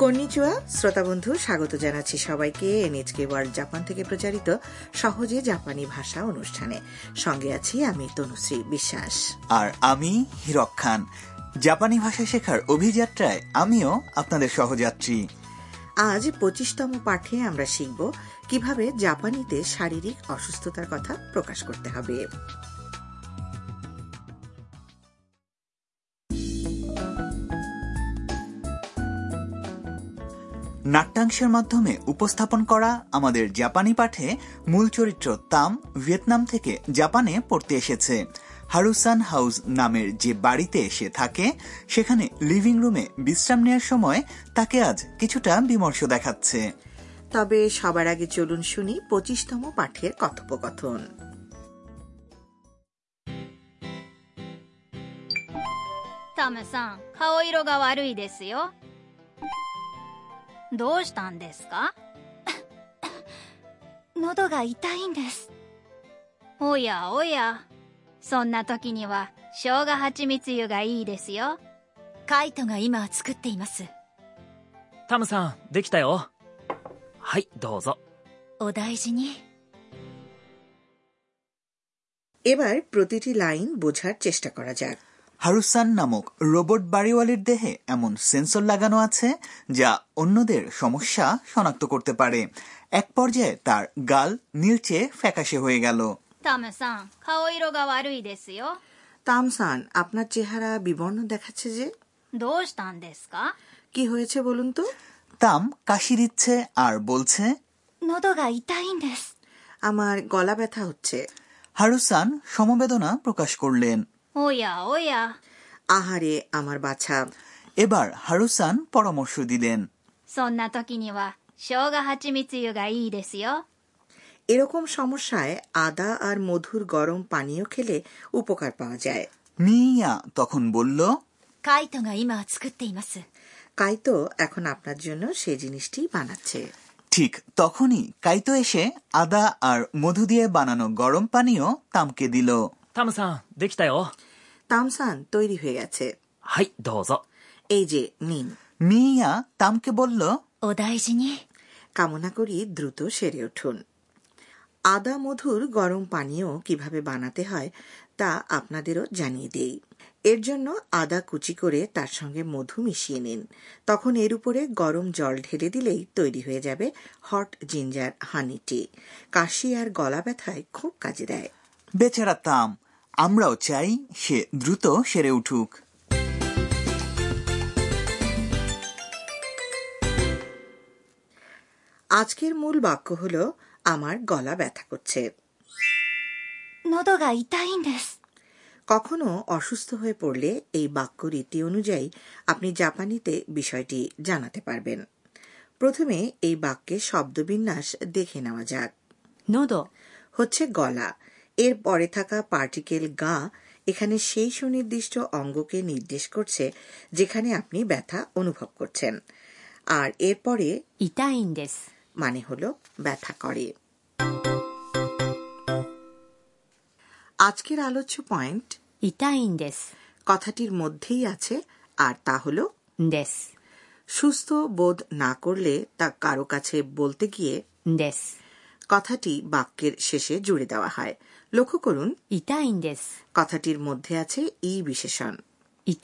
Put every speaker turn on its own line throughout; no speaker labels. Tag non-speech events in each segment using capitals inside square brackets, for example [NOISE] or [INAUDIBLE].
কন্নিচুয়া শ্রোতা বন্ধু স্বাগত জানাচ্ছি সবাইকে এনএচকে ওয়ার্ল্ড জাপান থেকে প্রচারিত সহজে জাপানি ভাষা অনুষ্ঠানে সঙ্গে আছি আমি তনুশ্রী বিশ্বাস
আর আমি হিরক খান জাপানি ভাষা শেখার অভিযাত্রায় আমিও আপনাদের সহযাত্রী
আজ পঁচিশতম পাঠে আমরা শিখব কিভাবে জাপানিতে শারীরিক অসুস্থতার কথা প্রকাশ করতে হবে
নাট্যাংশের মাধ্যমে উপস্থাপন করা আমাদের জাপানি পাঠে মূল চরিত্র তাম ভিয়েতনাম থেকে জাপানে পড়তে এসেছে হারুসান হাউস নামের যে বাড়িতে সে থাকে সেখানে লিভিং রুমে বিশ্রাম নেওয়ার সময় তাকে আজ কিছুটা বিমর্ষ দেখাচ্ছে
তবে সবার আগে চলুন শুনি পঁচিশতম পাঠের কথোপকথন
タムさん顔色が悪いですよどうしたんですか
[COUGHS] 喉が痛いんです
おやおやそんな時には生姜蜂蜜湯がいいですよ
カイトが今作っています
タムさん、できたよ。はい、どうぞ。
お大事に
এবার প্রতিটি লাইন বোঝার চেষ্টা করা যাক
হারুসান নামক রোবট বাড়িওয়ালির দেহে এমন সেন্সর লাগানো আছে যা অন্যদের সমস্যা শনাক্ত করতে পারে এক পর্যায়ে তার গাল নীলচে ফ্যাকাশে হয়ে গেল
タムさん顔色が悪いですよ
তামসান আপনার চেহারা বিবর্ণ দেখাচ্ছে যে
どうしたんですか
কি হয়েছে বলুন তো
তাম কাশি দিচ্ছে আর বলছে
喉が痛いんです
আমার গলা ব্যথা হচ্ছে
হারুসান সমবেদনা প্রকাশ করলেন
おやおや
আহারে আমার বাছা
এবার হারুসান পরামর্শ দিলেন
そんな時には生姜蜂蜜湯がいいですよ
এরকম সমস্যায় আদা আর মধুর গরম পানীয় খেলে উপকার পাওয়া যায়
মিয়া তখন বলল
カイトが今作っています
কাইতো এখন আপনার জন্য সেই জিনিসটি বানাচ্ছে
ঠিক তখনই কাইতো এসে আদা আর মধু দিয়ে বানানো গরম পানীয় তামকে দিল
タムさん、できたよ。
তামসান তৈরি হয়ে গেছে
はい、どうぞ。
এই যে নিন
মিয়া তামকে বলল
お大事に
কামনা করি দ্রুত সেরে উঠুন আদা মধুর গরম পানীয় কিভাবে বানাতে হয় তা আপনাদেরও জানিয়ে দেই এর জন্য আদা কুচি করে তার সঙ্গে মধু মিশিয়ে নিন তখন এর উপরে গরম জল ঢেলে দিলেই তৈরি হয়ে যাবে হট জিঞ্জার হানি টি কাশি আর গলা ব্যথায় খুব কাজে দেয়
বেচারা তাম আমরাও চাই সে দ্রুত সেরে উঠুক
আজকের মূল বাক্য হল আমার গলা ব্যথা করছে
喉が痛いんです
কখনো অসুস্থ হয়ে পড়লে এই বাক্য রীতি অনুযায়ী আপনি জাপানিতে বিষয়টি জানাতে পারবেন প্রথমে এই বাক্যে শব্দবিন্যাস দেখে নেওয়া যাক
喉
হচ্ছে গলা এর পরে থাকা পার্টিকেল গা এখানে সেই সুনির্দিষ্ট অঙ্গকে নির্দেশ করছে যেখানে আপনি ব্যথা অনুভব করছেন আর এরপরে
痛いんです
মানে হল ব্যথা করে আজকের আলোচ্য পয়েন্ট
痛いんです
কথাটির মধ্যেই আছে আর তা হল
です
সুস্থ বোধ না করলে তা কারো কাছে বলতে গিয়ে
です
কথাটি বাক্যের শেষে জুড়ে দেওয়া হয় লক্ষ্য করুন
痛いんです
কথাটির মধ্যে আছে ই বিশেষণ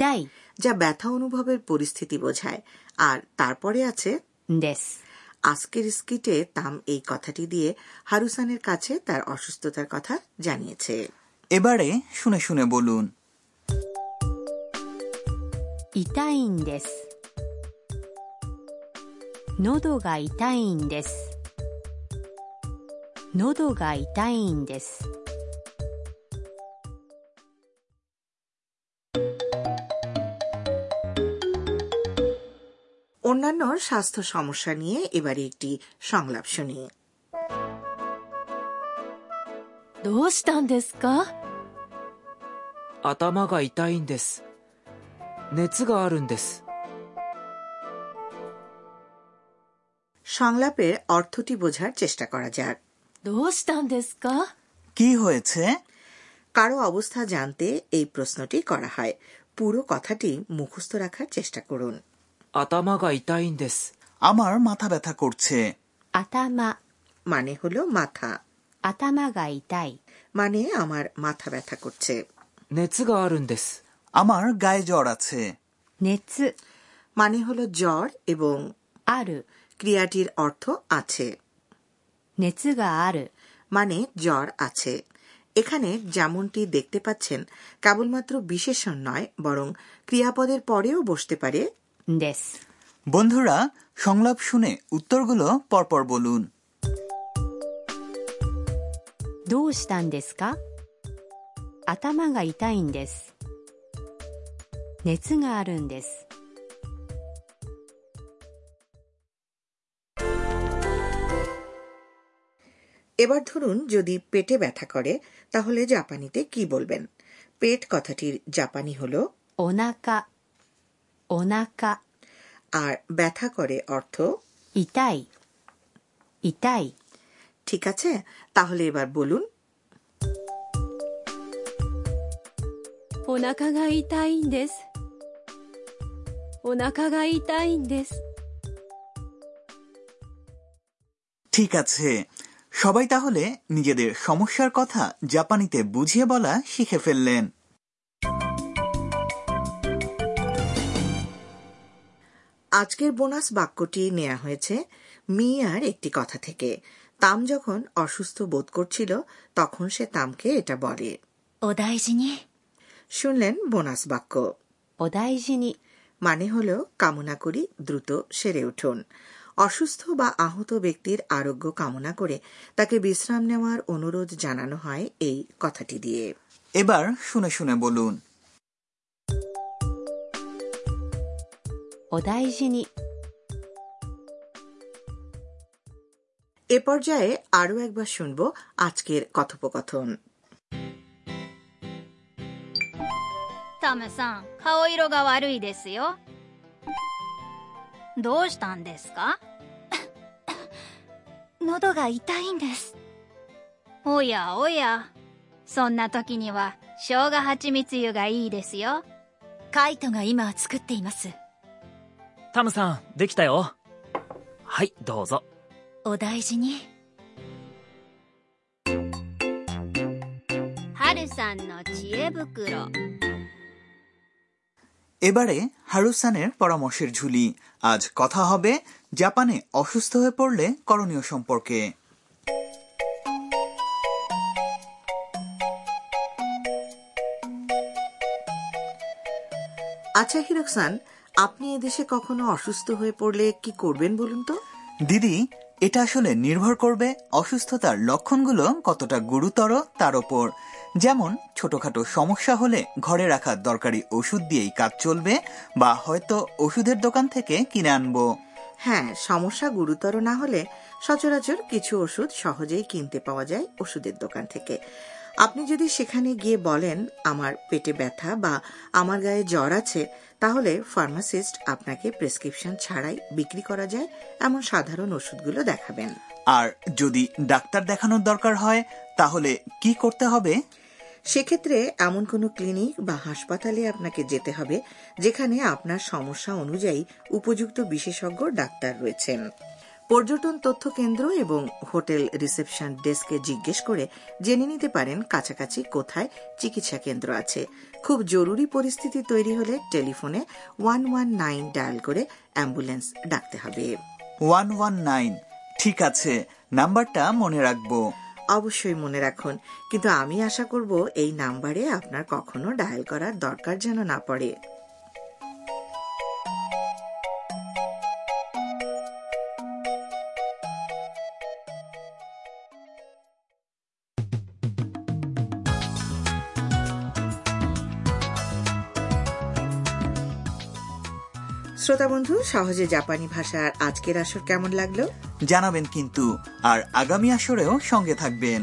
痛い
যা ব্যথা অনুভবের পরিস্থিতি বোঝায় আর তারপরে আছে
です
আজকের স্কিটে তাম এই কথাটি দিয়ে হারুসানের কাছে তার অসুস্থতার কথা জানিয়েছে
এবারে শুনে শুনে বলুন
痛いんです喉が痛いんです喉が痛いんです
অন্যান্য স্বাস্থ্য সমস্যা নিয়ে এবারে একটি সংলাপ শুনি
どうしたんですか
頭が痛いんです熱があるんです
সংলাপের অর্থটি বোঝার চেষ্টা করা যাক
どうしたんですか
কি হয়েছে
কারো অবস্থা জানতে এই প্রশ্নটি করা হয় পুরো কথাটি মুখস্থ রাখার চেষ্টা করুন
頭が痛いんです。
আমার মাথা ব্যথা করছে
頭
মানে হলো মাথা
頭が痛い
মানে আমার মাথা ব্যথা করছে
熱があるんです。
আমার গায়ে জ্বর আছে
熱
মানে হলো জ্বর এবং
ある
ক্রিয়াটির অর্থ আছে
熱がある
মানে জ্বর আছে এখানে যেমনটি দেখতে পাচ্ছেন কেবলমাত্র বিশেষণ নয় বরং ক্রিয়াপদের পরেও বসতে পারে
んです
বন্ধুরা সংলাপ শুনে উত্তরগুলো পরপর বলুন
どうしたんですか頭が痛いんです熱があるんです
এবার ধরুন যদি পেটে ব্যথা করে তাহলে জাপানিতে কি বলবেন পেট কথাটির জাপানি হলো
お腹お腹
আর ব্যথা করে অর্থ
痛い痛い
ঠিক আছে তাহলে এবার বলুন
お腹が痛いんですお腹が痛いんです
ঠিক আছে সবাই তাহলে নিজেদের সমস্যার কথা জাপানিতে বুঝিয়ে বলা শিখে ফেললেন
আজকের বোনাস বাক্যটি নেওয়া হয়েছে মিয়ার একটি কথা থেকে তাম যখন অসুস্থ বোধ করছিল তখন সে তামকে এটা বলে
お大事に
শুনলেন বোনাস বাক্য
お大事に
মানে হল কামনা করি দ্রুত সেরে উঠুন অসুস্থ বা আহত ব্যক্তির আরোগ্য কামনা করে তাকে বিশ্রাম নেওয়ার অনুরোধ জানানো হয় এই কথাটি দিয়ে
এবার শুনে শুনে বলুন
お大事に
এ পর্যায়ে আরও একবার শুনব আজকের কথোপকথন
タムさん顔色が悪いですよどうしたんですか [COUGHS] 喉が痛いんですおやおやそんな時には生姜蜂蜜湯がいいですよカイトが今作っています
タムさん、できたよ。はい、どうぞ。
お大事に春さんの知恵袋
এবারে হারুসানের পরামর্শের ঝুলি আজ কথা হবে জাপানে অসুস্থ হয়ে পড়লে করণীয় সম্পর্কে
আচ্ছা হিরকসান আপনি এদেশে কখনো অসুস্থ হয়ে পড়লে কি করবেন বলুন তো
দিদি এটা আসলে নির্ভর করবে অসুস্থতার লক্ষণগুলো কতটা গুরুতর তার ওপর যেমন ছোটখাটো সমস্যা হলে ঘরে রাখা দরকারি ওষুধ দিয়েই কাজ চলবে বা হয়তো ওষুধের দোকান থেকে কিনে আনবো
হ্যাঁ সমস্যা গুরুতর না হলে সচরাচর কিছু ওষুধ সহজেই কিনতে পাওয়া যায় ওষুধের দোকান থেকে আপনি যদি সেখানে গিয়ে বলেন আমার পেটে ব্যথা বা আমার গায়ে জ্বর আছে তাহলে ফার্মাসিস্ট আপনাকে প্রেসক্রিপশন ছাড়াই বিক্রি করা যায় এমন সাধারণ ওষুধগুলো দেখাবেন
আর যদি ডাক্তার দেখানোর দরকার হয় তাহলে কি করতে হবে
সেক্ষেত্রে এমন কোনো ক্লিনিক বা হাসপাতালে আপনাকে যেতে হবে যেখানে আপনার সমস্যা অনুযায়ী উপযুক্ত বিশেষজ্ঞ ডাক্তার রয়েছেন পর্যটন তথ্য কেন্দ্র এবং হোটেল রিসেপশন ডেস্কে জিজ্ঞেস করে জেনে নিতে পারেন কাছাকাছি কোথায় চিকিৎসা কেন্দ্র আছে খুব জরুরি পরিস্থিতি তৈরি হলে টেলিফোনে ওয়ান ওয়ান নাইন ডায়াল করে অ্যাম্বুলেন্স ডাকতে হবে
ওয়ান ওয়ান নাইন ঠিক আছে নাম্বারটা মনে রাখবো
অবশ্যই মনে রাখুন কিন্তু আমি আশা করব এই নাম্বারে আপনার কখনো ডায়াল করার দরকার যেন না পড়ে শ্রোতা বন্ধু সহজে জাপানি ভাষার আজকের আসর কেমন লাগলো
জানাবেন কিন্তু আর আগামী আসরেও সঙ্গে থাকবেন